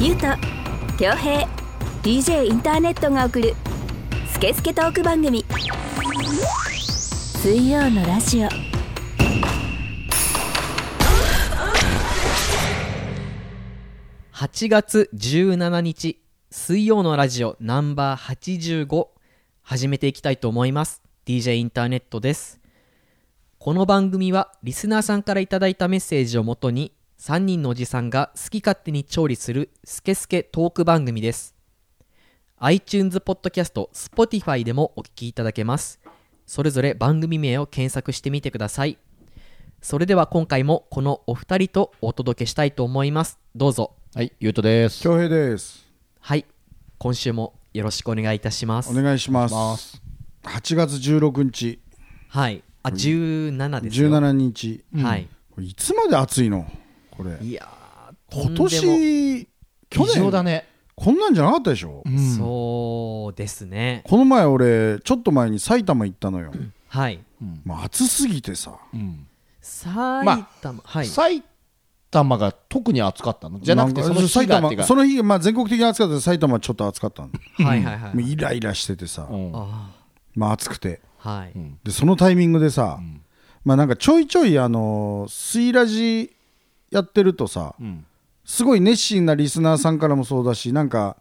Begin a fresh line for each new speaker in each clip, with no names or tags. ゆうと恭平 DJ インターネットが送る「スケスケトーク番組」水曜のラジオ
8月17日水曜のラジオナンバー85始めていきたいと思います DJ インターネットですこの番組はリスナーさんからいただいたメッセージをもとに3人のおじさんが好き勝手に調理するスケスケトーク番組です iTunes ポッドキャスト Spotify でもお聞きいただけますそれぞれ番組名を検索してみてくださいそれでは今回もこのお二人とお届けしたいと思いますどうぞ
はい、ゆうとです。
恭平です。
はい今週もよろしくお願いいたします
お願いします。8月16日、
はいあ17ですよ
17日、
はい、
これいつまで暑いの？これ
いやー
今
とんで
年去
異常だ
年
ね。
こんなんじゃなかったでしょ？
もそうですね
この前俺ちょっと前に埼玉行ったのよ。
はい
まあ暑すぎてさ、
うん。
埼玉、はい
埼玉が特に暑かったのじゃなくて、
ん
そ
か
の日
埼
がって
玉
か
その日まあ全国的に暑かったけど埼玉はちょっと暑かったの。
はいはいはい
もうイライラしててさ、
うん
あ
まあ暑くて
ーはい、
ん
でそのタイミングでさ、まあなんかちょいちょいあのースイラジやってるとさ、
ん
すごい熱心なリスナーさんからもそうだしなんか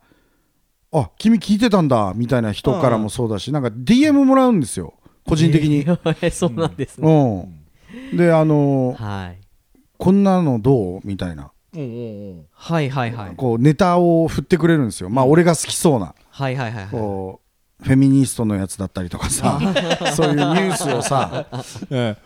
あ君聞いてたんだみたいな人からもそうだし、なんか DM もらうんですよ個人的に、
そうなんですね、
うんであのー
はい
こんなのどうみたいな、
うんうんうん
はいはいはい
こうネタを振ってくれるんですよまあ俺が好きそうな
はいはいはいはい
こうフェミニストのやつだったりとかさそういうニュースをさ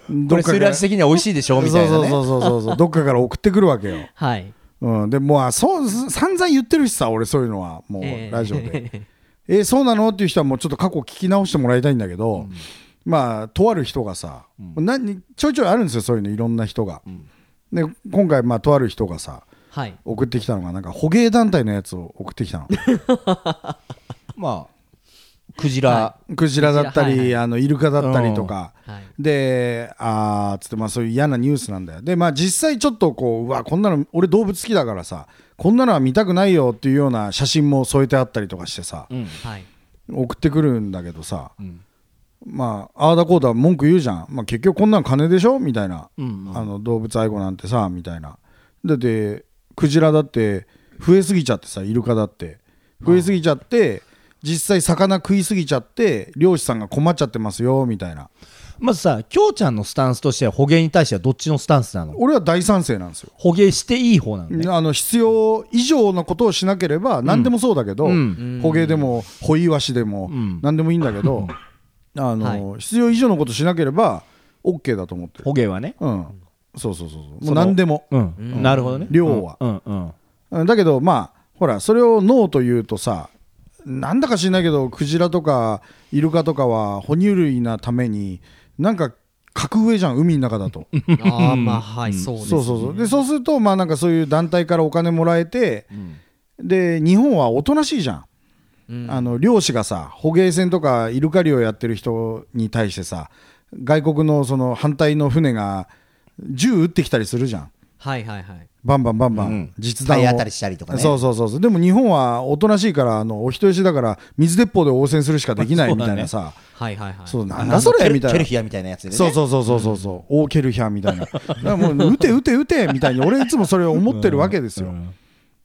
うん。これ、スイラジ的には美味しいでしょみたいなね。
そうそうそうそうそうどっかから送ってくるわけよ、
はい
うん、でもうあそうす散々言ってるしさ俺そういうのはも
ええ
うラジオで、えーそうなのっていう人はもうちょっと過去聞き直してもらいたいんだけど、まあとある人がさ、何ちょいちょいあるんですよそういうのいろんな人が、で今回まあとある人がさ
はい
送ってきたのがなんか捕鯨団体のやつを送ってきたの
まあ、クジラ。
クジラだったり、
クジラはいはい
あのイルカだったりとか、
うんはい
であーつってまあそういう嫌なニュースなんだよでまあ実際ちょっとこううわこんなの俺動物好きだからさこんなのは見たくないよっていうような写真も添えてあったりとかしてさ、
はい
送ってくるんだけどさ、まあああだこうだ文句言うじゃん、まあ、結局こんなん金でしょみたいな、あの動物愛護なんてさみたいなだってクジラだって増えすぎちゃってさイルカだって増えすぎちゃって、実際魚食いすぎちゃって漁師さんが困っちゃってますよみたいな
まずさ、きょうちゃんのスタンスとしては、捕鯨に対してはどっちのスタンスなの
俺は大賛成なんですよ、
捕鯨していい方なのね。
あの必要以上のことをしなければ何でもそうだけど、
うん
捕鯨でもホイイワシでも
ん
何でもいいんだけど、あの必要以上のことしなければ OK だと思ってる、
捕鯨はね。
うん、そうそうそうそうも
そうの
何でも、
うん。なるほどね。
量は
うんうん。
うんだけどまあほらそれをノーというとさなんだか知んないけどクジラとかイルカとかは哺乳類なためになんか格上じゃん海の中だと
ああまあはい、そうです、ね、
そうそうそうでそうするとまあなんかそういう団体からお金もらえて、で日本はおとなしいじゃん、あの漁師がさ捕鯨船とかイルカ漁やってる人に対してさ外国のその反対の船が銃撃ってきたりするじゃん
はいはいはい
バンバンバンバン、
うん
実弾を
体当たりしたりとかね
そうそうそうそうでも日本はおとなしいからあのお人よしだから水鉄砲で応戦するしかできない
そう
み
だ
た
ね
いなさ
はいはいはい
そう,、なんだそれみたいな
ヒアみたいなやつ
そうそうそうそうそうそう、大ケルヒャみたいな、だからもう、撃て撃て撃てみたいに、俺、いつもそれを思ってるわけですよ。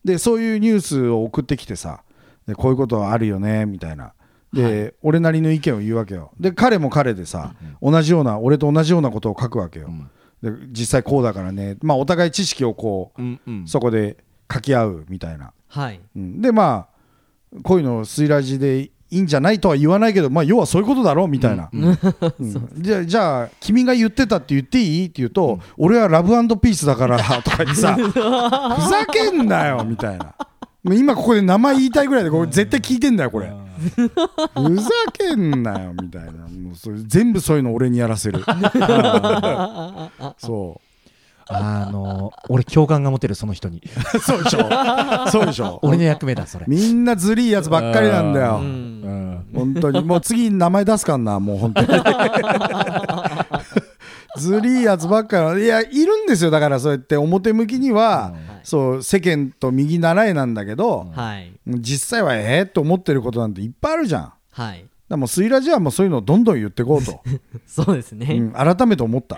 で、そういうニュースを送ってきてさ、でこういうことはあるよねみたいな、で、俺なりの意見を言うわけよ。で、彼も彼でさ、同じような、俺と同じようなことを書くわけよ。で、実際こうだからね、まあ、お互い知識をこう、
うんうん。
そこで書き合うみたいな。
はい
うんで、まあ、こういうの、スイラジでいいんじゃないとは言わないけど、まあ、要はそういうことだろうみたいな。 うんじゃあじゃあ君が言ってたって言っていいって言うと、俺はラブピースだからとか言 ってさふざけんなよみたいなもう今ここで名前言いたいぐらいでこれ絶対聞いてんだよこれふざけんなよみたいなもうそれ全部そういうの俺にやらせ るそ
あの、俺共感が持てる、その人に。
うそうでしょそうでしょ
俺の役目だ、それ。
みんなずりいやつばっかりなんだよ
うん
うん。
本当にもう次名前出すかんなもう本当にずりいやつばっかのいやいるんですよだからそうやって表向きには、そう世間と右習いなんだけど、
はい
実際はええと思ってることなんていっぱいあるじゃんだか
はい
らもうスイラジはもうそういうのをどんどん言ってこうと、
そうです
う
ね、
ん、改めて思った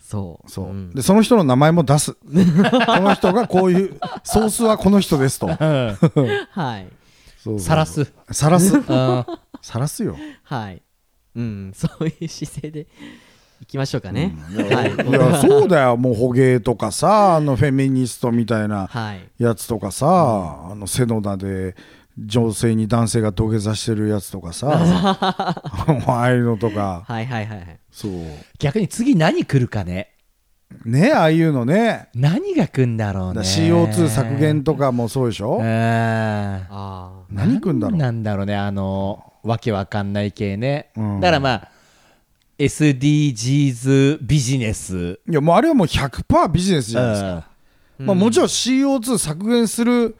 そう
そう、
ん
でその人の名前も出すこの人がこういうソースはこの人ですと
はい
さらす
さらす
うん
さらすよ、
はいうん そういう姿勢でいきましょうかね、はい
いやそうだよもう捕鯨とかさあのフェミニストみたいな
はい
やつとかさ、あのセノダで女性に男性が土下座してるやつとかさああいうのとか
はいはいはいはい
そう
逆に次何来るかね
ねああいうのね
何が来んだろうね
だから CO2 削減とかもそうでしょ、
うん
ああ
何来んだろう
なんだろうね、あの、わけわかんない系ね。
うん
だからまあ、SDGs ビジネス。
いやもうあれはもう100%ビジネスじゃないですか、
うん
まあ、もちろん CO2 削減する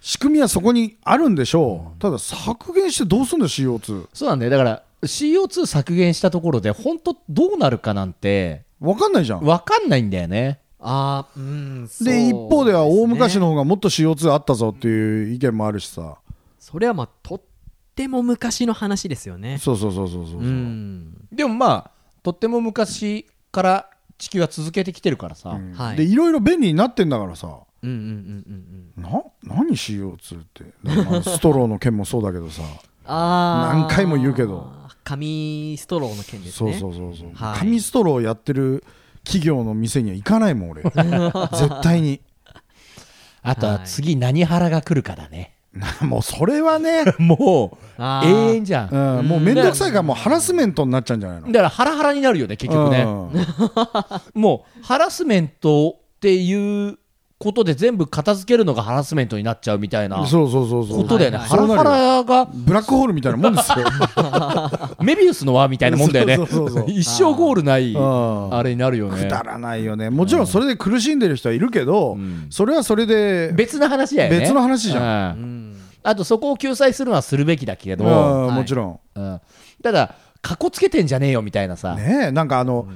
仕組みはそこにあるんでしょうただ削減してどうすんだよ CO2
そうなんだよ。だから、CO2 削減したところで、本当どうなるかなんて、
分かんないじゃん
わかんないんだよね。
ああうんそう
で一方では
すね
大昔の方がもっと CO2 あったぞっていう意見もあるしさ
それはまあとっても昔の話ですよね
そうそうそうそうそうそう
ううん
でもまあ、とっても昔から地球は続けてきてるからさ。
うん
はい
でいろいろ便利になってんだからさ
うんうんうんうんうん
な何 CO2 ってだからまあストローの件もそうだけどさ
ああ
何回も言うけど
紙ストローの件です
そう
ね
そうそうそう
はい
紙ストローやってる企業の店には行かないもん俺絶対に
あとは
はい
次何腹が来るかだね。
なもうそれはね
もう、
あー
永遠じゃん。
うんもう面倒くさいからもうハラスメントになっちゃうんじゃないの
だからハラハラになるよね、結局ね。
うん
もうハラスメントっていうことで全部片付けるのがハラスメントになっちゃうみたいなこ
そうそうそうそう
とだよね。
はい
ハ
はい
ラハラが
ブラックホールみたいなもんですよ
メビウスの輪みたいなもんだよね
そうそうそうそ。う
一生ゴールない
うん
あれになるよ
く
ね。
だらないよねもちろんそれで苦しんでる人はいるけど、
うん
それはそれで
別の話だよね。
別の話じゃ
う。
うんん
あとそこを救済するのはするべきだけれ
う
ど、
ん
うん
はい
もちろん
ただ、かっこつけてんじゃねえよみたいなさ、
ねえなんかあの、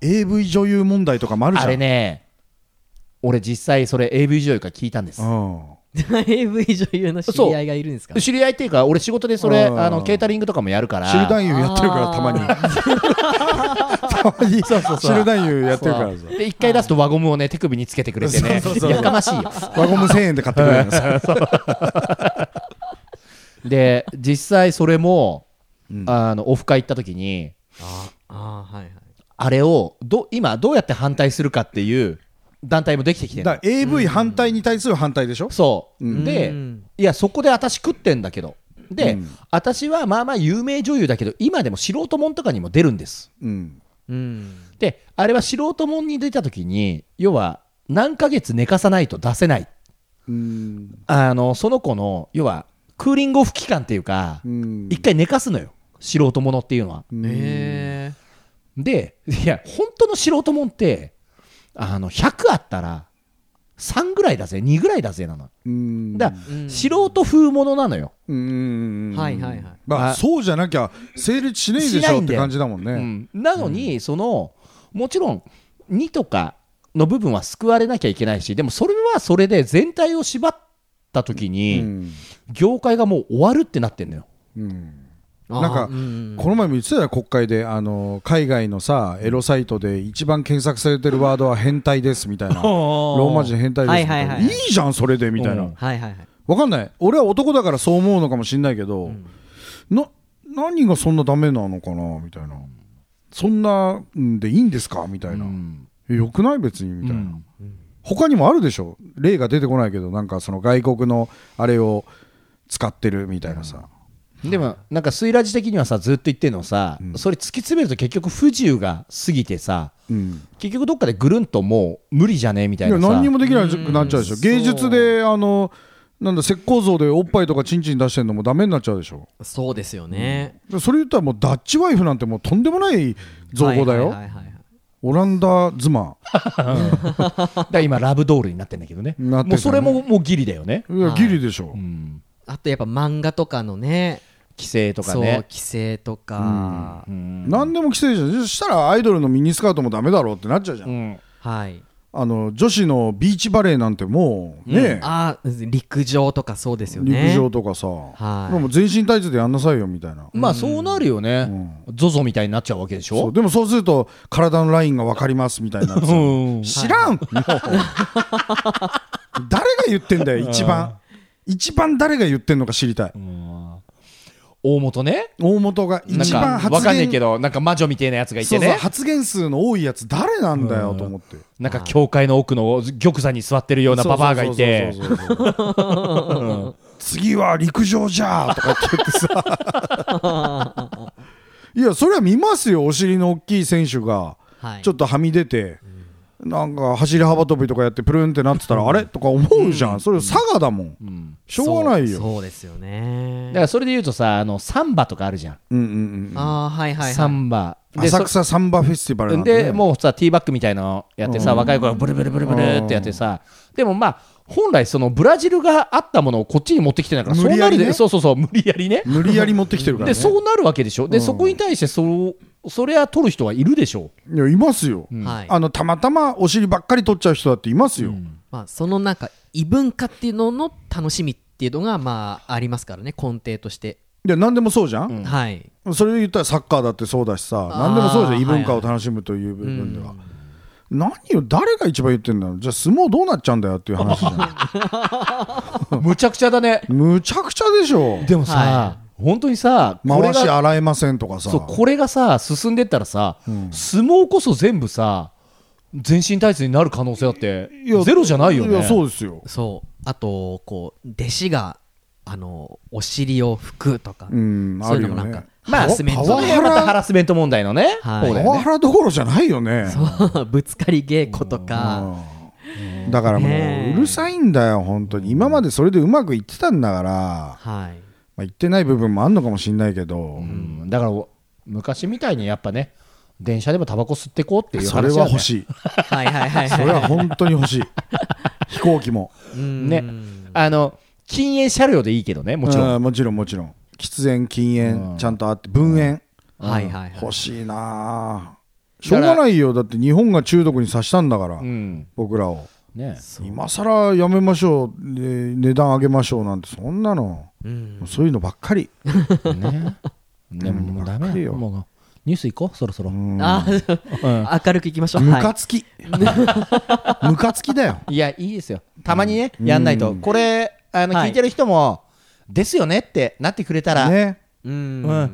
AV 女優問題とかもあるじゃ
あ
ん
れね、俺実際それ AV 女優から聞いたんです
う。ん
AV 女優の知り合いがいるんですか
知り合いっていうか、俺仕事でそれ、
うん
あのケータリングとかもやるから、
汁男優やってるから
あー
たまにたまに汁男優やってるからさ
で一回出すと輪ゴムをね手首につけてくれてね
そうそうそう
やかましいよ
輪ゴム1000円で買ってくれるんですよ
で実際それも、
うん
あのオフ会行った時に
ああーはいはい
あれをど今どうやって反対するかっていう団体もできてきて
だ
る
から AV 反対に対する反対でしょ、
そう、
うん
で、
うん
いやそこで私食ってんだけどで、
うん
私はまあまあ有名女優だけど今でも素人もんとかにも出るんです
うん、
うん
であれは素人もんに出た時に要は何ヶ月寝かさないと出せない
うん
あのその子の要はクーリングオフ期間っていうか、
うん
一回寝かすのよ素人ものっていうのは
え
でいや本当の素人もんってあの100あったら3ぐらいだぜ2ぐらいだぜなの
うん
だか
う
ら
ん
素人風ものなのよ、
うん
はいはいはい
まあ、
あ
そうじゃなきゃ成立しないで
し
し
ない
ょっ
んだ
て
よ
感じだもんね、
うんなのに、そのもちろん2とかの部分は救われなきゃいけないしでもそれはそれで全体を縛った時に、
うん
業界がもう終わるってなってんのよ
うん
ー
なんか
うんうん
この前も言ってたよ国会であの海外のさエロサイトで一番検索されてるワードは変態ですみたいなロ
ロ
ーマ字変態ですみたいな、
はいいはいいはい
じゃんそれでみたいな、
うん
はいはいはい
わかんない俺は男だからそう思うのかもしんないけど、な何がそんなダメなのかなみたいなそんなんでいいんですかみたいな、えよくない別にみたいな、他にもあるでしょ例が出てこないけどなんかその外国のあれを使ってるみたいなさ、
でもなんかスイラジ的にはさずっと言ってんのさ、それ突き詰めると結局不自由が過ぎてさ
うん、
結局どっかでぐるんともう無理じゃねみ
い
たい
や
なさ
何にもできなくなっちゃうでしょ芸術であのなんだ石膏像でおっぱいとかチンチン出してんのもダメになっちゃうでしょ
そうですよね
それ言ったらもうダッチワイフなんてもうとんでもない造語だ
はいは
よ、
いはいはい
オランダ妻
だから今ラブドールになってんだけどね
なっ
も
てるからね
うそれももうギリだよね、
いやギリでしょ、
うん
あとやっぱ漫画とかのね
規制とか
そう
ね
規制とか、
うん
何でも規制じゃんそしたらアイドルのミニスカートもダメだろうってなっちゃうじゃん、
うん
はい
あの女子のビーチバレーなんてもうね、
あー陸上とかそうですよね
陸上とかさ、
はい
でも全身タイツでやんなさいよみたいな、
まあそうなるよね、ゾゾみたいになっちゃうわけでし
そ
ょ
うでもそうすると体のラインが分かりますみたいな
うん
知らん、誰が言ってんだよ一番一番誰が言ってんのか知りたい
大元ね
大元が
なん
一番
か
発言
わかんねえけどなんか魔女みたいなやつがい
そ
て
うそう
ね
発言数の多いやつ誰なんだよと思って
なんか教会の奥の玉座に座ってるようなババアがいて
そうそうそうそう次は陸上じゃーとか言ってさいやそれは見ますよお尻の大きい選手が
はい
ちょっとはみ出て、なんか走り幅跳びとかやってプルンってなってたら、あれとか思うじゃん、それ佐賀だもん、
うん
しょうがない
そ
よ
うそうですよね
だからそれで言うとさあのサンバとかあるじゃん、
うんうんうん
ああはいはい
サ
はい
ンバで
浅草サンバフェスティバルなんてね
でもうさティーバッグみたいなのやってさ、若い子がブルブルブルブルってやってさ、でもまあ本来そのブラジルがあったものをこっちに持ってきてないから
無理やりね
そうなるでそうそうそう無理やりね
無理やり持ってきてるから、ね、
でそうなるわけでしょで、そこに対してそうそれは取る人はいるでしょ
いやいますよ、
はい
あのたまたまお尻ばっかり取っちゃう人だっていますよ、
まあ、そのなんか異文化っていうのの楽しみっていうのがまあありますからね根底として、
いや何でもそうじゃん、
はい
それで言ったらサッカーだってそうだしさ
ー
何でもそうじゃ
は
ん
い
異文化を楽しむという部分では、何よ誰が一番言ってんだろうじゃあ相撲どうなっちゃうんだよっていう話じゃん
うむちゃくちゃだね
むちゃくちゃでしょ
でもさ、
は
本当にさこれ
回し
が
洗えませんとかさ
そうこれがさ進んでったらさ、相撲こそ全部さ全身タイツになる可能性だって
いや
ゼロじゃないよね
やそうですよ
そうあとこう弟子があのお尻を拭くとか、
うん
そういうのもなん
あ
か
るよね
ハラスメント
パ
そ
ワ
の
ハ
の
ラ
辺はまたハラスメント問題のね、
はい
方だ
パ
よ
ワ
ね
ハラどころじゃないよね
ぶつかり稽古とか、
だからも
ねえ
ううるさいんだよ本当に今までそれでうまくいってたんだから、ま
はい
あ、いってない部分もあんのかもしんないけど、
うんだからお昔みたいにやっぱね電車でもタバコ吸ってこうっていう話
それは欲
い、
しい
はいはいはい
それは本当に 欲しい飛行機も
うん
ね、あの禁煙車両でいいけどねもちろん、
うんもちろんもちろん喫煙禁
うん
煙ちゃんとあって分煙
はいはいはい
欲しいなあ
だ
しょ
か
う
ら
がないよだって日本が中毒にさしたんだから、
うん
僕らを
ね、
今更やめましょう、えー値段上げましょうなんてそんなの、
うん
もうそういうのばっかり
ね でももうダメ
わかる
よ
よ
もうニュース行こうそろそろ、うん
あ ー明るくいきましょう
ムカ
は
つきムカつきだよ
いやいいですよたまにね、やんないとこれあの
はい
聞いてる人も、ですよねってなってくれたら、
ね
いうん
うんわか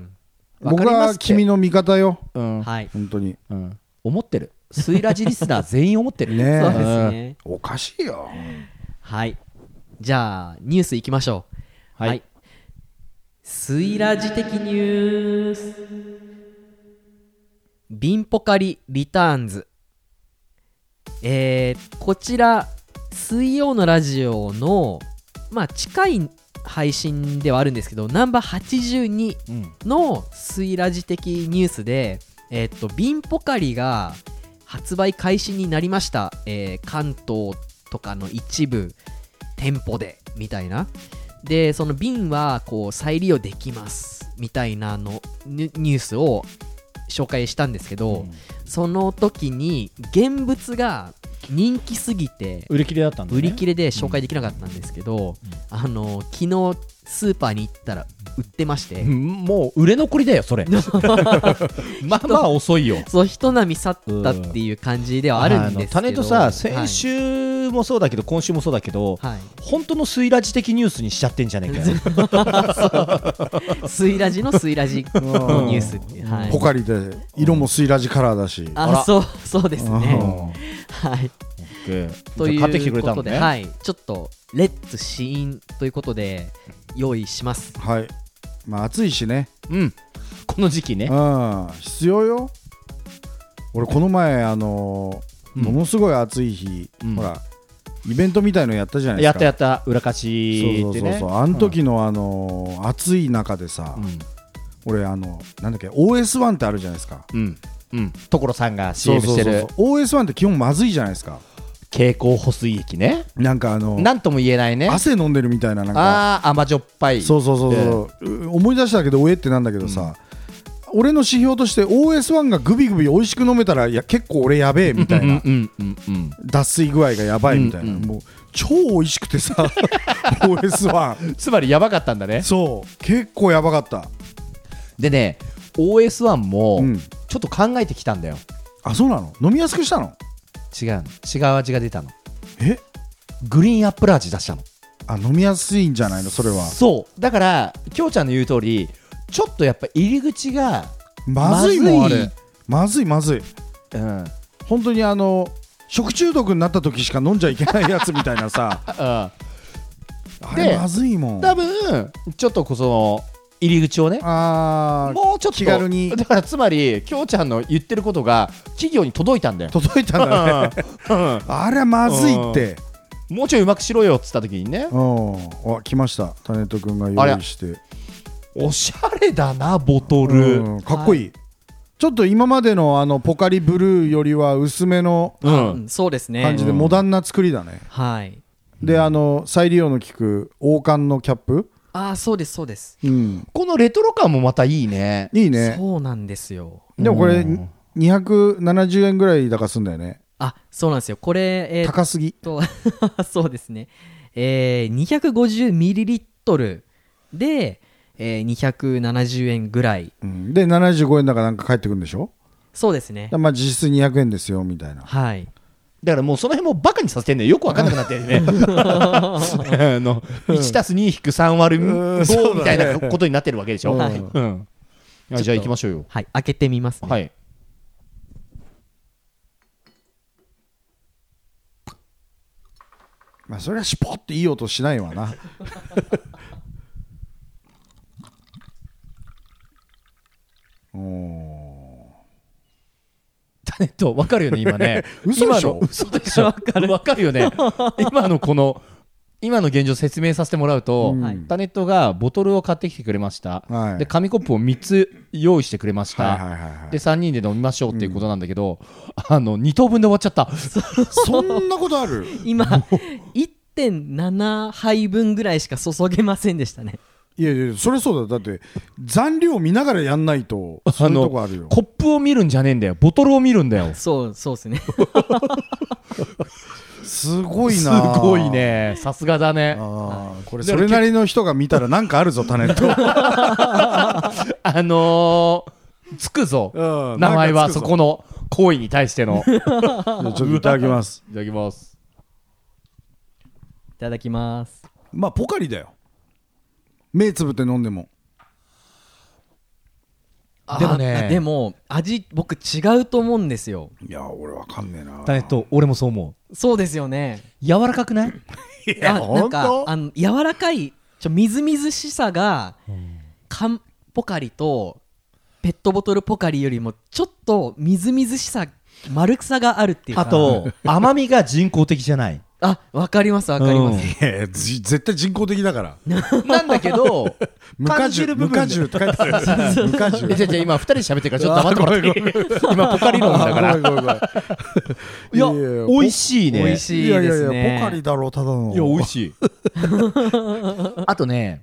僕
ります
は
って
君の味方よ
うん
はい
本当に
うん、思ってるスイラジリスナー全員思ってる
ね
そうですね
おかしいよ
はい。じゃあ、ニュースいきましょう。
はい。
スイラジ的ニュース。ビンポカリリターンズ。えー、こちら、水曜のラジオの、まあ、近い配信ではあるんですけど、ナンバー82
うん
のスイラジ的ニュースで、えっと、ビンポカリが発売開始になりました、えー関東とかの一部店舗でみたいなでその瓶はこう再利用できますみたいなのニュニュースを紹介したんですけど、その時に現物が人気すぎて
売り切れだったんだ、ね、
売り切れで紹介できなかったんですけど、あの昨日スーパーに行ったら売ってまして、
うんもう売れ残りだよ それまあまあ遅いよ
そう人波去ったっていう感じではあるんですけど
タネットさ先、
は
週もそうだけど、今週もそうだけど、
いはい
本当のスイラジ的ニュースにしちゃってんじゃねえか よ
スイラジのスイラジのニュースっていう、はい
ポカリで色もスイラジカラーだし
あそうそうですね、はい、と
じ
い
ゃあ
う
買ってきてくれた
こと
のね、
で、はい、ちょっとレッツシーンということで用意します
はいまあ暑いしね
うんこの時期ね
うん必要よ俺この前あのー
うん
ものすごい暑い日、
うん
ほらイベントみたいのやったじゃないで
や
す
っ
か
たやった裏勝ち
そう
で
そう
ね
そうそうあの時の、あのー暑い中でさ、俺あのなんだっけ OS1 ってあるじゃないですか
うんうん、うん所さんが CM してる
そうそうそうそう OS1 って基本まずいじゃないですか
蛍光補水液ね
なんかあの
なんとも言えないね
汗飲んでるみたいななんか
ああ甘じょっぱい
そうそうそうそう、う思い出したけど「おえ」ってなんだけどさ、俺の指標として OS1 がグビグビ美味しく飲めたらいや結構俺やべえみたいな、
うんうんうん
脱水具合がやばいみたいな、もう超美味し くてさ
う
OS1
んつまりやばかったんだね
そう結構やばかった
でね OS1 も
うん
ちょっと考えてきたんだよ
あそうなの飲みやすくしたの
違うの違う味が出たの
え
グリーンアップル味出したの
あ飲みやすいんじゃないのそれは
そうだからきょうちゃんの言う通りちょっとやっぱ入り口が
まずい
ま
もんあ
ずい
れまずいまずい
うん
本当にあの食中毒になった時しか飲んじゃいけないやつみたいなさ
あ
あれまずいもん
多分ちょっとこうその入り口をね
あー
もうちょっと
気軽に
だからつまりきょうちゃんの言ってることが企業に届いたんだよ
届いたんだね
うん
あれはまずいって
もうちょいうまくしろよっつった時にね
うんあ来ましたタネット君が用意して
おしゃれだなボトル
うんかっこいいちょっと今までのあのポカリブルーよりは薄めの
う
うんん、そうですね。
感じで
うん
モダンな作りだね
はい。
であの再利用の効く王冠のキャップ
ああ、そうです、そうです。
うん
このレトロ感もまたいいね
いいね
そうなんですよ。
でもこ
う
れ
ん
270円ぐらいだからすんだよね
あ、そうなんですよ。これ、えーっ
高すぎ
と、 そうですね。えー、250ミリリットルで、えー、270円ぐらい。
うんで75円だからなんか返ってくるんでしょ
そうですね
だか。らまあ実質200円ですよみたいな
はい。
だからもうその辺もバカにさせてんのよよく分かんなくなってるね あの1たす2引く3割る
うんそ
5
うだね
みたいなことになってるわけでしょ、
はい
うんあじゃあ行きましょうよ
はい。開けてみますね。
はい
まあそれはシュポっていい音しないわな おー
タネット分かるよね今ね
嘘でしょ
今の嘘でしょ分かる分かるよね今のこの今の現状説明させてもらうと、
うん
はい
タネットがボトルを買ってきてくれました、
はい
で紙コップを3つ用意してくれました、
はいはいはいはい
で3人で飲みましょうっていうことなんだけど、あの2等分で終わっちゃった
そんなことある
今、1.7杯分ぐらいしか注げませんでしたね。
いやいやそれそうだだって残量見ながらやんないとそういうとこあるよ
コップを見るんじゃねえんだよボトルを見るんだよ
そう、そうです ね。
すごい
す
な
ごいねさすがだねあ
あーこれそれなりの人が見たらなんかあるぞタネット
のー、つくぞ
うん
名前
なん
は
かつく
そ
ぞ
この行為に対して のい
じゃあちょっといただきます
ただきます
いただきます。
まあポカリだよ目つぶって飲んでも
でもね
あでも、味、僕違うと思うんですよ。
いや俺わかんねえな
タネット俺もそう思う
そうですよね。
柔らかく ない
いや
あなんか
本当
あの柔らかいちょみずみずしさが、缶ポカリとペットボトルポカリよりもちょっとみずみずしさ丸さがあるっていうか
あ と甘みが人工的じゃない
あわかりますわかります、
うん
いやいやじ絶対人工的だ から
なんだけど
無果
感じ
汁
る
無
部
果
分
汁って書いてある無果汁
じゃじゃ今二人で喋ってるからちょっと黙ってもらっていい今ポカリ飲んだから
ごめんごめんごめん
いや
いやいや
美味しいね
美味しいですね
やいやいやポカリだろうただの
いや美味しい あとね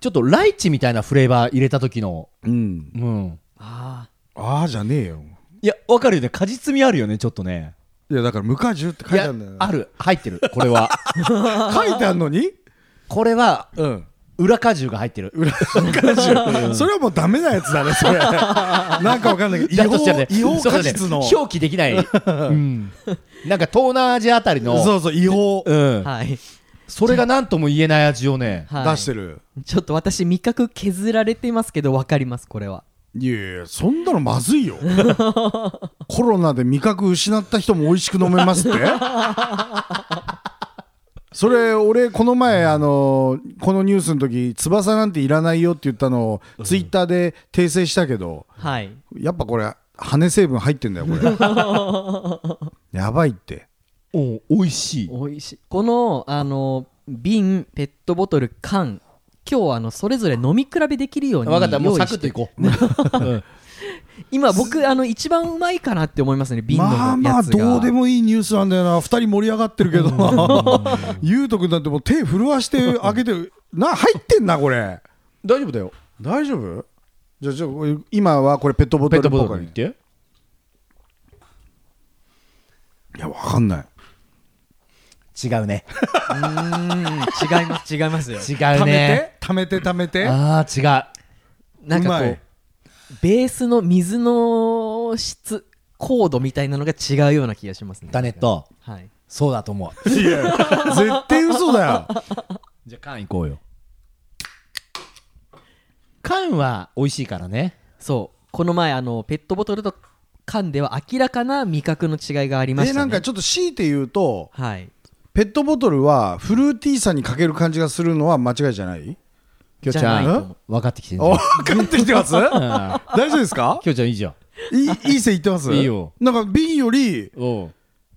ちょっとライチみたいなフレーバー入れた時の
うん
うん
あ
ああじゃねえよ
いやわかるよね果実味あるよねちょっとね
いやだから無果汁って書い
い
てあ
や
るんだよ
ある入ってるこれ は
書いてあるのに
これは
うん
裏果汁が入ってる
無果汁 それはもうダメなやつだねそ れなんかわかんないけど
だと
違
し
法
たらね
違法
そうだ
果
ね
実の
表記できない うんなんか東南アジアあたりの
そうそう違法
うん
ーはい、
それが何とも言えない味をね
はい、
出してる
ちょっと私味覚削られてますけどわかりますこれはい
やいやそんなのまずい よコロナで味覚失った人も美味しく飲めますってそれ俺この前あのこのニュースの時翼なんていらないよって言ったのをツイッターで訂正したけど
はい
やっぱこれ羽成分入ってんだよこ れやばいって
お美味しい
美味しいこのあの瓶ペットボトル缶今日あのそれぞれ飲み比べできるように
分かったも
用
うサ
意
ク
し
ッと
て
いこううん
今僕あの一番うまいかなって思いますね瓶のやつが
まあまあどうでもいいニュースなんだよな2人盛り上がってるけど なゆうとくんだってもう手震わして開けてるな入ってんなこれ
大丈夫だよ
大丈夫じゃあじゃあ今はこれペットボト
ペッ
ル
ト
っぽ
ボ
く
トルに行って
いやわかんない
違うね
うーん違います違いますよ
違
貯
う
め
ね
て貯めて貯めて
ああ違う
なんか
うま
こう
い
ベースの水の質高度みたいなのが違うような気がしますね
だねと
はい
そうだと思う
いや絶対 嘘だよ
じゃあ缶行こうよ缶は美味しいからね
そうこの前あのペットボトルと缶では明らかな味覚の違いがありまし
え
たね
なんかちょっと強いて言うと
はい
ペットボトルはフルーティーさにかける感じがするのは間違いじゃない
きょち
じゃな
ゃ
いと
ん
思う
分かってきてんじゃん
あ分かってきてます大丈夫ですか
きょちゃ んいいじゃん
いいいい線いってます
いいよ
なんか瓶より
お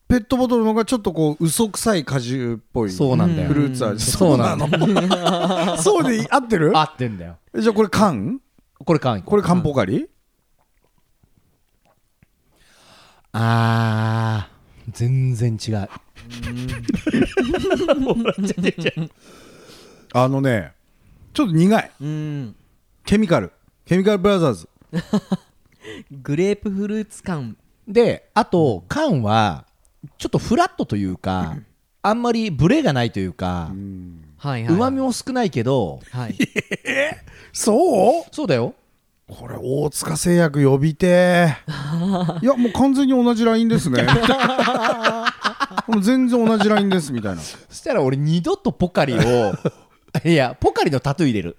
ペットボトルの方がちょっとこう嘘くさい果汁っぽい
そうなんだよ
フルーツ味
そうなんだ
の そうで合ってる
合ってんだよ
じゃあこれ缶
これ缶行こ
これ缶ポカリ
うあー全然違う
あのねちょっと苦いう
ーん
ケミカルケミカルブラザーズ
グレープフルーツ缶
であと缶はちょっとフラットというかあんまりブレがないというか
はいはいう
まみも少ないけど
はい
そう
そうだよ
これ大塚製薬呼び てーいやもう完全に同じラインです ねもう全然同じラインですみたいな
そしたら俺二度とポカリ をいやポカリのタトゥー入れる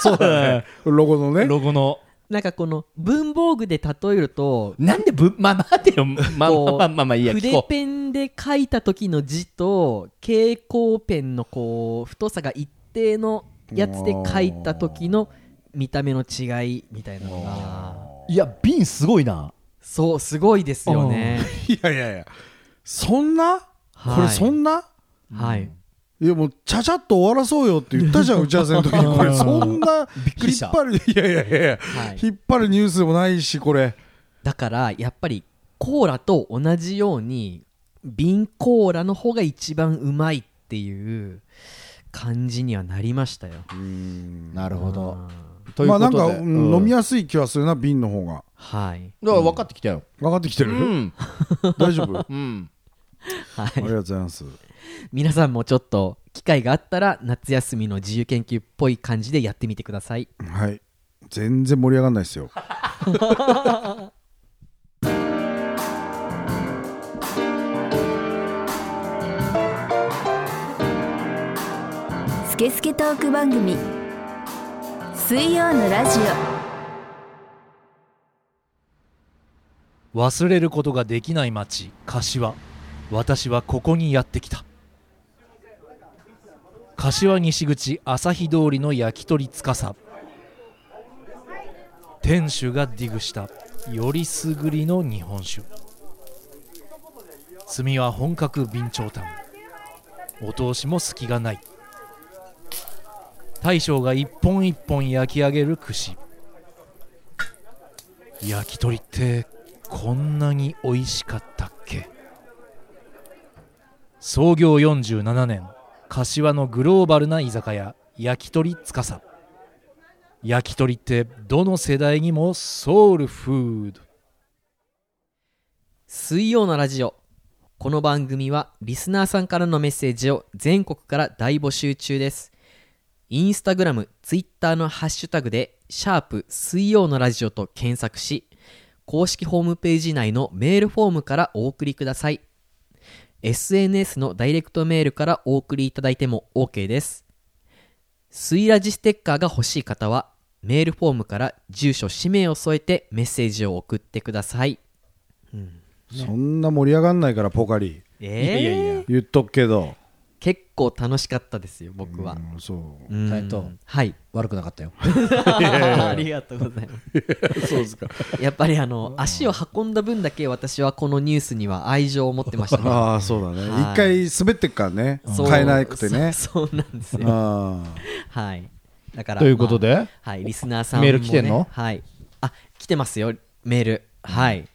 そう だ
ロゴのね
ロゴの
なんかこの文房具で例えると
なんでぶまあ待てよまあ
こう
まあまあまあいいや聞
筆
こう
ペンで書いた時の字と蛍光ペンのこう太さが一定のやつで書いた時の見た目の違いみたいなのが
いや瓶すごいな
そうすごいですよね
いやいやいやそんな、
はい
これそんな
はい
いやもうちゃちゃっと終わらそうよって言ったじゃん打ち合わせの時にこれそんな
びっくりした
引っ張るいやいやいやいや、
はい
引っ張るニュースでもないしこれ
だからやっぱりコーラと同じように瓶コーラの方が一番うまいっていう感じにはなりましたよ
なるほどという
ま
こ
あな
と
ん
で
か
うん
飲みやすい気はするな瓶の方が
はい
だから分かってきたよ
分かってきてる、
うん
大丈 夫あ
うん
はい
りがとうございます
皆さんもちょっと機会があったら夏休みの自由研究っぽい感じでやってみてください
はい全然盛り上がんないですよ
スケスケトーク番組水曜のラジオ
忘れることができない町柏私はここにやってきた柏西口朝日通りの焼き鳥司店主がディグしたよりすぐりの日本酒炭は本格備長炭お通しも隙がない大将が一本一本焼き上げる串焼き鳥ってこんなに美味しかったっけ創業47年柏のグローバルな居酒屋焼き鳥つかさ焼き鳥ってどの世代にもソウルフード
水曜のラジオこの番組はリスナーさんからのメッセージを全国から大募集中ですインスタグラムツイッターのハッシュタグで「シャープ水曜のラジオ」と検索し公式ホームページ内のメールフォームからお送りください SNS のダイレクトメールからお送りいただいても OK です水ラジステッカーが欲しい方はメールフォームから住所氏名を添えてメッセージを送ってください
そんな盛り上がんないからポカリ
えー、
言っとくけど
結構楽しかったですよ僕は
うんそ
う
う
ん
ん
斉藤
はい
悪くなかったよ
ありがとうございま
そうですか
すやっぱりあの足を運んだ分だけ私はこのニュースには愛情を持ってましたね
ああそうだね
はい
一回滑ってっからね
そう
買えなくて ね
そうそうなんですよ
あ
はいだから
ということで
まあはいリスナーさんも
メール来てんの
はいあ来てますよメールはい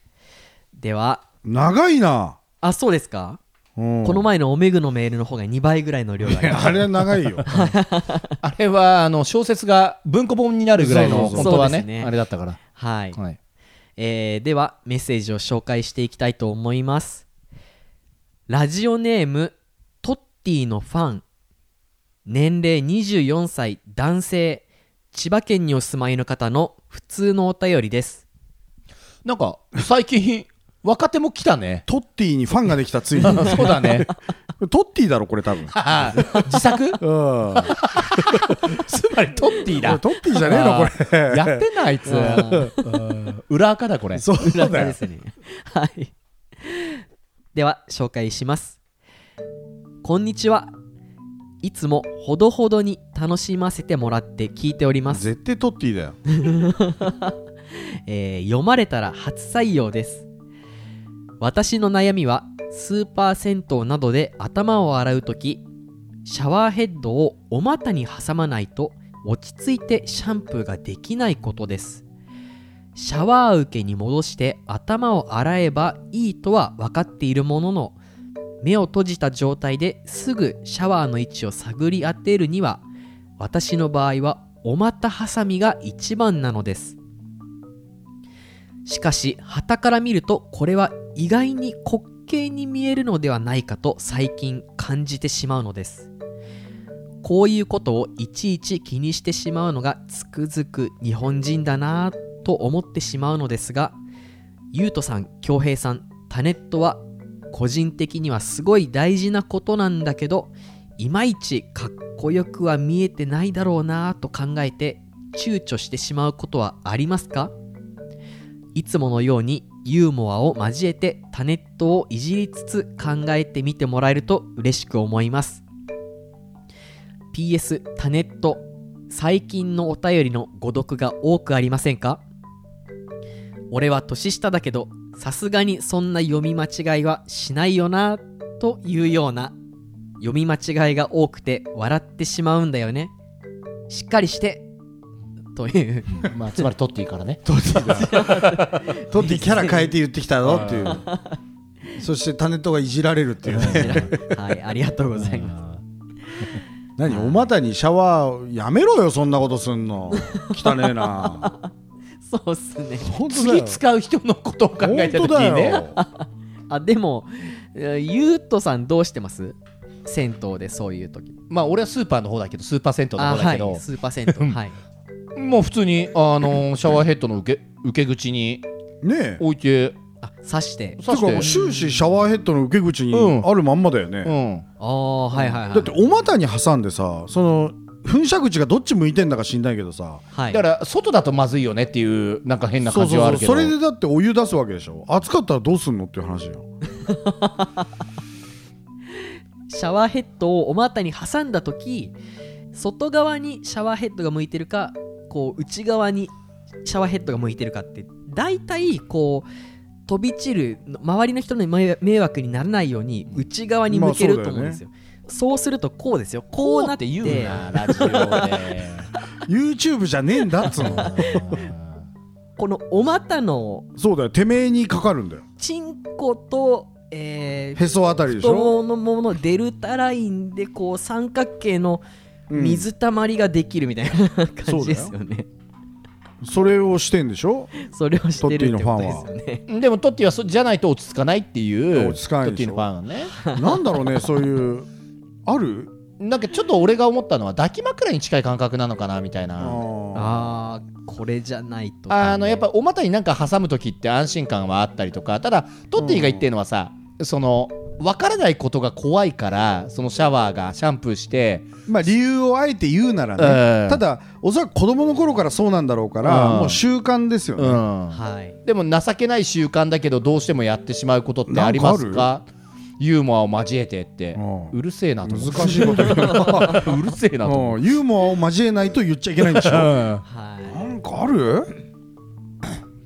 では
長いな、
あそうですか、
うん
この前のオメグのメールの方が2倍ぐらいの量があ
い
りま
や
す
あれは長 いよ
あれはあの小説が文庫本になるぐらい
そ
の
うそう
本
そう
当は
そうです
ね
ね
あれだったから、
はい、
はい、
えーではメッセージを紹介していきたいと思いますラジオネームトッティのファン年齢24歳男性千葉県にお住まいの方の普通のお便りです
なんか最近若手も来たね
トッティにファンができた ついに
そうだね
トッティだろこれ多分
自作
うん
つまりトッティだ
トッティじゃねえのこれ
やってんなあいつうん 裏垢だこれ
そう
裏
だ
側
よ
ですね はいでは紹介しますこんにちはいつもほどほどに楽しませてもらって聞いております
絶対トッティだよ
えー読まれたら初採用です私の悩みはスーパー銭湯などで頭を洗う時シャワーヘッドをお股に挟まないと落ち着いてシャンプーができないことですシャワー受けに戻して頭を洗えばいいとは分かっているものの目を閉じた状態ですぐシャワーの位置を探り当てるには私の場合はお股挟みが一番なのですしかし旗から見るとこれは意外に滑稽に見えるのではないかと最近感じてしまうのですこういうことをいちいち気にしてしまうのがつくづく日本人だなぁと思ってしまうのですがゆうとさん恭平さんタネットは個人的にはすごい大事なことなんだけどいまいちかっこよくは見えてないだろうなぁと考えて躊躇してしまうことはありますかいつものようにユーモアを交えてタネットをいじりつつ考えてみてもらえると嬉しく思います PS タネット最近のお便りの誤読が多くありませんか俺は年下だけどさすがにそんな読み間違いはしないよなというような読み間違いが多くて笑ってしまうんだよねしっかりしてという
まあつまりトッティからね
トッティだトッティキャラ変えて言ってきたぞっていう そしてタネットがいじられるっていうね
はい、ありがとうございます。
何お股にシャワーやめろよそんなことす んの汚ねえ な
そうっすね。
本
次使う人のことを考えた時にね
あ、でも、えーゆうとさんどうしてます銭湯でそういう時。
まあ俺はスーパーの方だけどスーパー銭湯の
あ、
方だ
は
けど
い、スーパー銭湯。はい。
もう普通にあ のシャワーヘッドの受け受け口に
ねえ
置いて
あ、刺して。
て
刺
かもう
して
終始シャワーヘッドの受け口に
うん
あるまんまだよね、
うん
ああ、はいはいはい。
だってお股に挟んでさその噴射口がどっち向いてんだか知んないけどさ
はい。
だから外だとまずいよねっていうなんか変な
そう
感じ
そう
はあ
そう
るけど
それでだってお湯出すわけでしょ暑かったらどうすんのっていう話よ
シャワーヘッドをお股に挟んだ時、外側にシャワーヘッドが向いてるか、こう、内側にシャワーヘッドが向いてるかって、大体、こう、飛び散る周りの人の迷迷惑にならないように内側に向けると思うんですよ。そうするとこうですよ。こうなって
言うなラジオで
YouTube じゃねえんだっつうの
このお股の
そうだよてめえにかかるんだよ
チンコと、えー、
へそあたりでし
太
ょ、
もものデルタラインでこう三角形の
うん
水たまりができるみたいな感じですよね。
それをしてんでしょ
それをしてるってことですよね。
でもトッティはそじゃないと落ち着かないっていう
落ち着かない
トッテ
で
ィ
し
の
ょ
ファンはね
なんだろうねそういうある
なんかちょっと俺が思ったのは抱き枕に近い感覚なのかなみたいな
あ
ああこれじゃないと
あのやっぱお股になんか挟む時って安心感はあったりとかただトッティが言ってるのはさ、その分からないことが怖いからそのシャワーがシャンプーして
ーまあ理由をあえて言うならね、
ええ
ただおそらく子供の頃からそうなんだろうから、
うん
もう習慣ですよね、
うん、
はい。
でも情けない習慣だけどどうしてもやってしまうことってあります
なん
かユーモアを交えてって
うん
うるせえなと思って
難しいこと言うな
うるせえなと思っ
うんユーモアを交えないと言っちゃいけないんでしょ
て、う
なん
はい
んかある、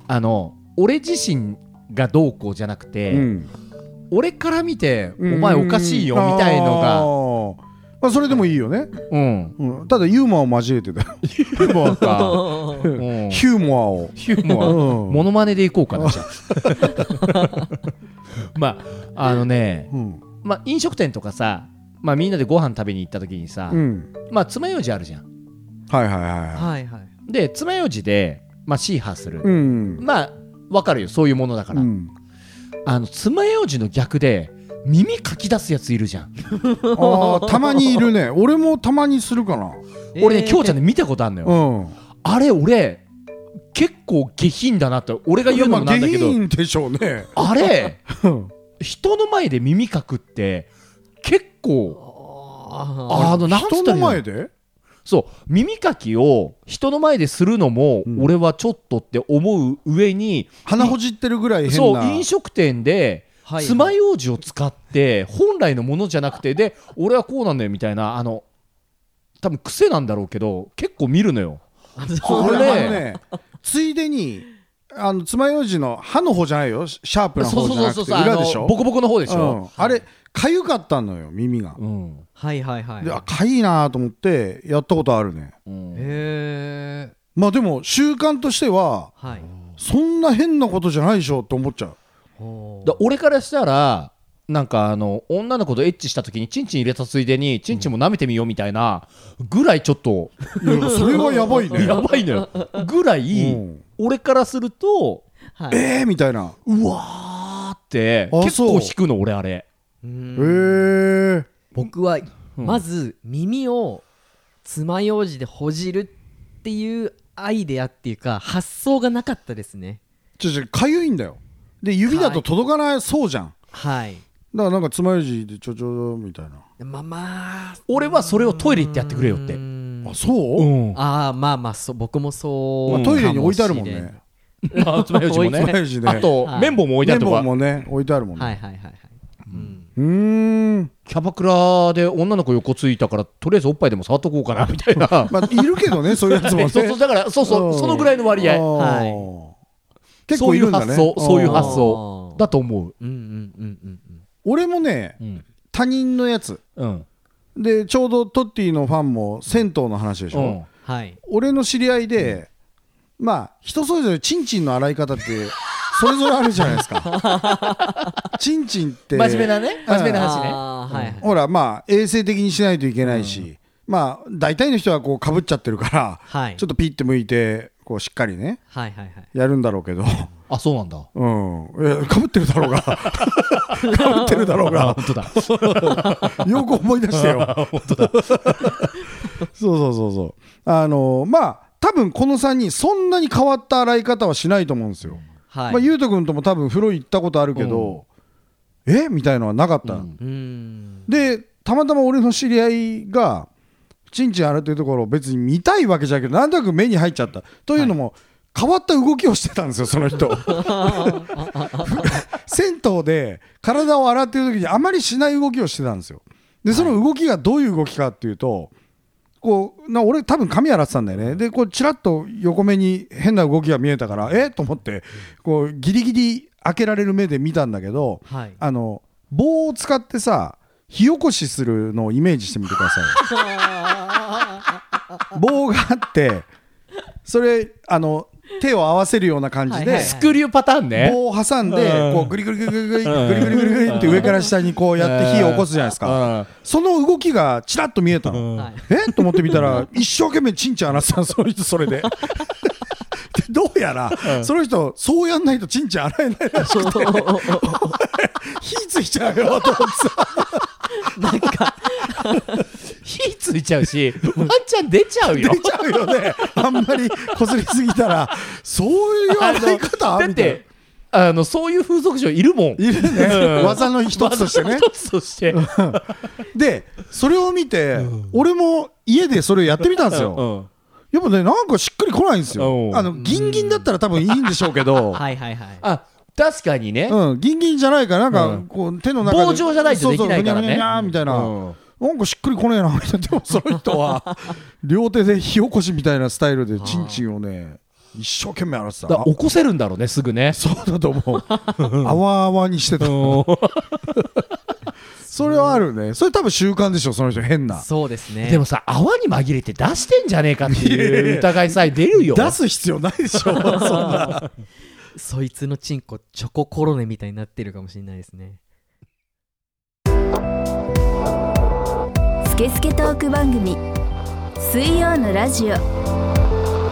あの俺自身がどうこうじゃなくて、
うん
俺から見てお前おかしいよみたいのが
がまあ、それでもいいよね、
うん
うん、ただユーモアを交えてだよ
ヒューモアか、 うん
ヒューモアを
ヒューモア
うん
モノマネでいこうかなじゃ あまああのね、
うん
まあ、飲食店とかさ、まあ、みんなでご飯食べに行った時にさ、
うん
まあ爪楊枝あるじゃん
はいはいはいは
はいはい
で爪楊枝で、まあ、シーハーする
い、うん
まあわかるよそういうものだから、
うん、
あの爪楊枝の逆で耳かき出すやついるじゃん
あーたまにいるね俺もたまにするかな
俺ね京ちゃん
ん
で見たことあるのよ、
うん
あれ俺結構下品だなって俺が言うのもなんだけど
まあ下品でしょうね
あれ
うん
人の前で耳かくって結構
あ
あのなんつった
人
らいい
の
の
前で
そう耳かきを人の前でするのも
うん
俺はちょっとって思う上に、
鼻ほじってるぐらい変
そう
な
飲食店で
あはい
爪楊枝を使って本来のものじゃなくてで俺はこうなんだよみたいなあの多分癖なんだろうけど結構見るのよ
こ
これ
れねついでにあの爪楊枝の歯の方じゃないよシャープな
そ
方
う
じゃ
そうそう
なくて
そうあ
裏でしょ
のボコボコの方でし
う
ょ、
んあれかゆかったのよ耳が、
うん
はいはいはい
であかゆいなと思ってやったことあるね
うん
へえ
まあでも習慣としては
はい
そんな変なことじゃないでしょって思っ ちゃう
ほう
だ俺からしたらなんかあの女の子とエッチした時にチンチン入れたついでにチンチンも舐めてみようみたいなぐらいちょっと
いやそれはやばいね
やばいのよぐらい
うん
俺からすると
はい
えーみたいな
うわーって
あ
結
そう
構引くの俺あれ
う
え
ん
ー
僕は
うん
まず耳を爪楊枝でほじるっていうアイデアっていうか発想がなかったですね
ちょちょかゆいんだよで指だと届かないそうじゃん
はい
だからなんか爪楊枝でちょちょみたいな
まあまあ
俺はそれをトイレ行ってやってくれよって
うーん
あそう、
うん
ああまあまあそう僕もそう、
まあ、トイレに置いてあるもんね
まあ爪楊枝も
爪
爪
ね
楊枝ね
あと
はい
綿棒も置いてあ
綿
ると
棒
か
もね置いてあるもんね、
はいはいはいはい、うん、
うーん
キャバクラで女の子横ついたからとりあえずおっぱいでも触っとこうかなみたいな
まあいるけ どねそういうやつも
そう
ね
そうだからそうそううんそのぐらいの割合
あー結
そ
構
う
い
い
る
うん
だね
発想そういう発
あー
想だと思う
うんうんうんうんうん
俺もね
うん
他人のやつ
うん
でちょうどトッティのファンも銭湯の話でしょ、
うん
はい
俺の知り合いで、まあ人それぞれチンチンの洗い方ってそれぞれあるじゃないですか チンチンって
真面目なね
う
真
ん
面目な話ね
あーはいはい
ほらまあ衛生的にしないといけないし、まあ大体の人はこうかぶっちゃってるから、
はい
ちょっとピッて向いてこうしっかりね
はいはいはい
やるんだろうけど
あそう なんだ
うんかぶってるだろう がかぶってるだろう
あ
が
本当だ
よく思い出してよ そうそうそうそうあのまあ多分この3人そんなに変わった洗い方はしないと思うんですよ、
はい、
まあ、ゆうと君とも多分風呂行ったことあるけど、えみたいのはなかった、
うん
うーん
でたまたま俺の知り合いがチンチン洗ってるところを別に見たいわけじゃないけどなんとなく目に入っちゃったというのも、変わった動きをしてたんですよその 人銭湯で体を洗ってる時にあまりしない動きをしてたんですよでその動きがどういう動きかっていうとこうな俺多分髪洗ってたんだよねでこうちらっと横目に変な動きが見えたからえと思ってこうギリギリ開けられる目で見たんだけど、
はい
あの棒を使ってさ火起こしするのをイメージしてみてくださ い棒があってそれあの手を合わせるような感じで、
はいはい
スクリューパターンね
棒を挟んで、
うん
こうグリグリグリグリグリグリグリグリグリって上から下にこうやって火を起こすじゃないですか、
か
その動きがちらっと見えたの、
はい
えと思ってみたら一生懸命チンチン洗ってたのその人そ れででどうやら、その人そうやんないとチンチン洗えないらしくて火ついちゃうよと思ってさ
なんか
火ついちゃう しワンちゃん出ちゃうよ
出ちゃうよねあんまりこすりすぎたらそういう洗い方
あのだっ
みたい
てあのそういう風俗嬢いるもん
ないるね
うん
技の一つとしてね
一つとして
でそれを見て、俺も家でそれをやってみたんですよ、
うん
やっぱねなんかしっくりこないんですよ
おう
あのギンギンだったら多分いいんでしょう けど、
はいはいはい
あ確かにね
うん、ギンギンじゃないからな
うんん
かこう手の中で
棒状じゃないとできないからね
そうそうふにゃふにゃふにゃみたいな、
うん
なんかしっくりこねえなみたいな でもその人は両手で火起こしみたいなスタイルでチンチンをね一生懸命洗ってた
だ起こせるんだろうねすぐね
そうだと思う。あわあわにしてた。
うん
それはあるねそれ多分習慣でしょその人変な
そうですね
でもさ泡に紛れて出してんじゃねえかっていう疑いさえ出るよ
出す必要ないでしょそん な
そいつのチンコチョココロネみたいになってるかもしれないですね
スケスケトーク番組水曜のラジオ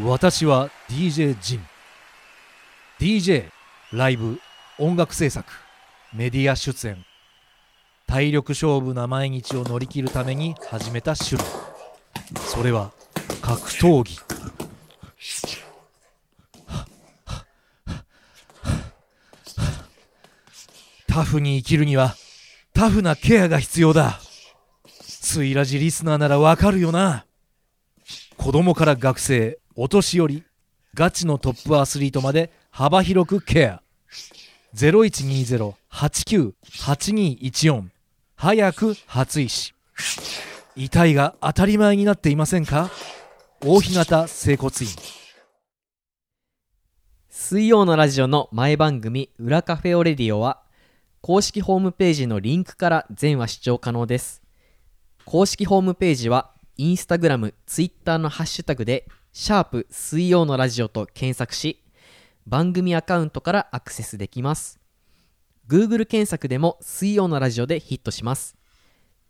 私は DJ ジン DJ ライブ音楽制作メディア出演体力勝負な毎日を乗り切るために始めた種類それは格闘技タフに生きるにはタフなケアが必要だスイラジリスナーならわかるよな子供から学生お年寄りガチのトップアスリートまで幅広くケア0120-89-8214早く初石遺体が当たり前になっていませんか大日向整骨院
水曜のラジオの前番組「裏カフェオレディオ」は公式ホームページのリンクから全話視聴可能です公式ホームページはインスタグラムツイッターのハッシュタグで「シャープ水曜のラジオ」と検索し番組アカウントからアクセスできます Google 検索でも「水曜のラジオ」でヒットします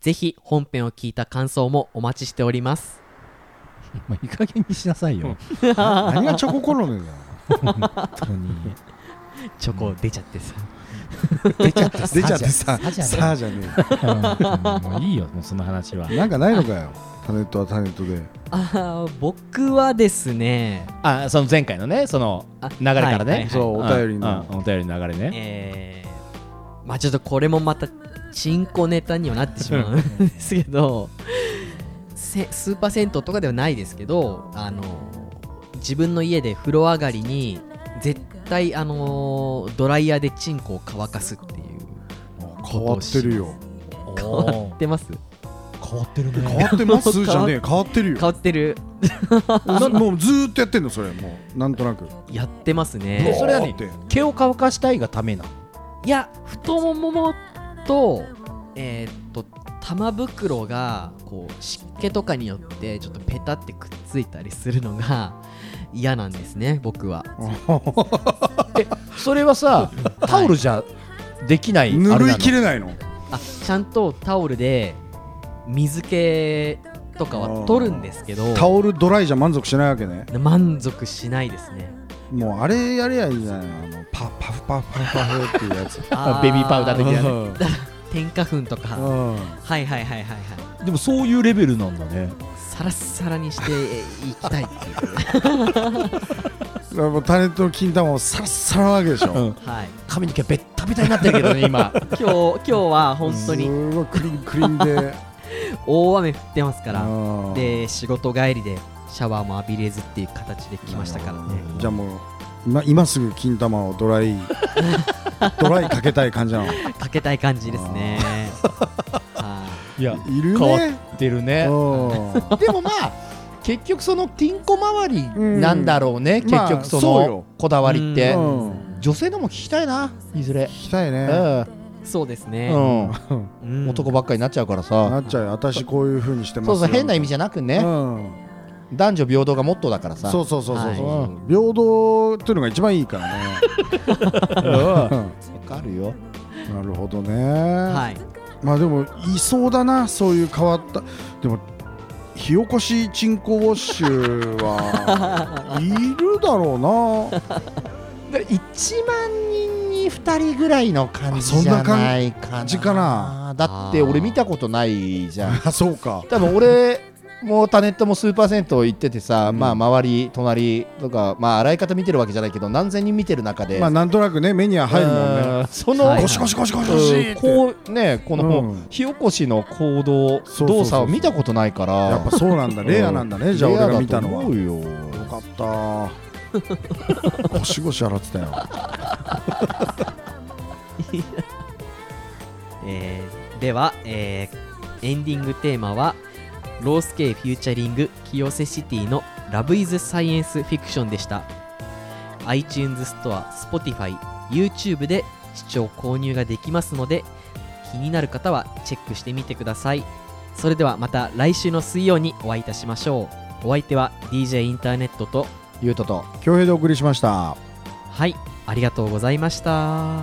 ぜひ本編を聞いた感想もお待ちしております
まあいい加減にしなさいよ
何がチョココロネだよ
本当に
チョコ出ちゃってさ
出ちゃって
出ちゃってさ
さじゃね
さあじゃね
うんもういいよもうその話は
えよなんかないのかよタネットはタネットで
あー僕はですね
あその前回のねその
あ
流れから
はいはいは
ね
い
そうお便り
の
の
お便りの流れね
えーまあちょっとこれもまたチンコネタにはなってしまうんですけどせスーパー銭湯とかではないですけどあの自分の家で風呂上がりに絶対あのドライヤーでチンコを乾かすっていう
変わってるよ
変わってます
変わってる
変わってますじゃねえ変わってる
変
よ
わってる
なもうずーっとやってんのそれもうなんとなく
やってます
で
ね
それは
だ
ね
って
毛を乾かしたいがためない
や太ももとえーっと玉袋がこう湿気とかによってちょっとペタってくっついたりするのが嫌なんですね僕は
それ はさタオルじゃできない
ぬるいき
れ
れないの
あちゃんとタオルで水気とかは取るんですけど
タオルドライじゃ満足しないわけね
満足しないですね
もうあれやりゃいいじゃないあのパパフパフパフパフっていうや つ
あ
ベビーパウ ダー的なね
う
添加粉とか
ん
はいはいはいはいはい
でもそういうレベルなんだね
サラッサラにしていきたいっていう
だからもうタネットの金玉をさっさらなわけでしょ、
うん
はい
髪の毛ベッタベタになってるけどね今
今日今日は本当に
すごいクリンクリンで
大雨降ってますから
うん
で仕事帰りでシャワーも浴びれずっていう形で来ましたからね
じゃあもう今今すぐ金玉をド ライドライかけたい感じなの
かけたい感じですねはい
いや
いる
変わ
ね
ってるね
うん
でもまあ結局そのティンコ周りなんだろうね、
まあ
結局そ
そう
の
よ
こだわりって、
う
うん
女性のも聞きたいないずれ
聞、きたいね、
そうです
う
ね、
んうん
うん
男ばっかりになっちゃうからさ
なっちゃうよ私こういう風にしてます
そうそう変な意味
じ
じゃなく
ゃ
ね、
うん、
男女平等がモットーだからさ
そうそうそうそうそう、
はい
平等っていうのが一番いいからね
わ
うん
かるよ
なるほどね、
はい
まあでもいそうだなそういう変わったでも火起こしチンコウォッシュ はいるだろう
だから1万人に2人ぐらいの感じじゃないかな
あそんな感じかな
だって俺見たことないじゃん
なあそうか
多分俺もうタネットもスーパー銭湯行っててさ、
うん
まあ周り隣とかまあ洗い方見てるわけじゃないけど何千人見てる中で、
まあなんとなくね目には入るもん
う
ね
んその、
はい
ゴシゴシゴシゴシゴ
うん
シって
こうねこ
う
の
ん
火起こしの行動
そうそうそう
動作を見たことないから
やっぱそう なんだレアなんだねじゃあ
レ
俺
ア
が
だ
見
と
たのは
思う
よ
よ
かったゴシゴシ洗ってたよ
えーでは、えーエンディングテーマはロースケイフューチャリング清瀬シティのラブイズサイエンスフィクションでした iTunes ストア Spotify、YouTube で視聴購入ができますので気になる方はチェックしてみてくださいそれではまた来週の水曜にお会いいたしましょうお相手は DJ インターネットと
ゆうとと
恭平でお送りしました
はいありがとうございました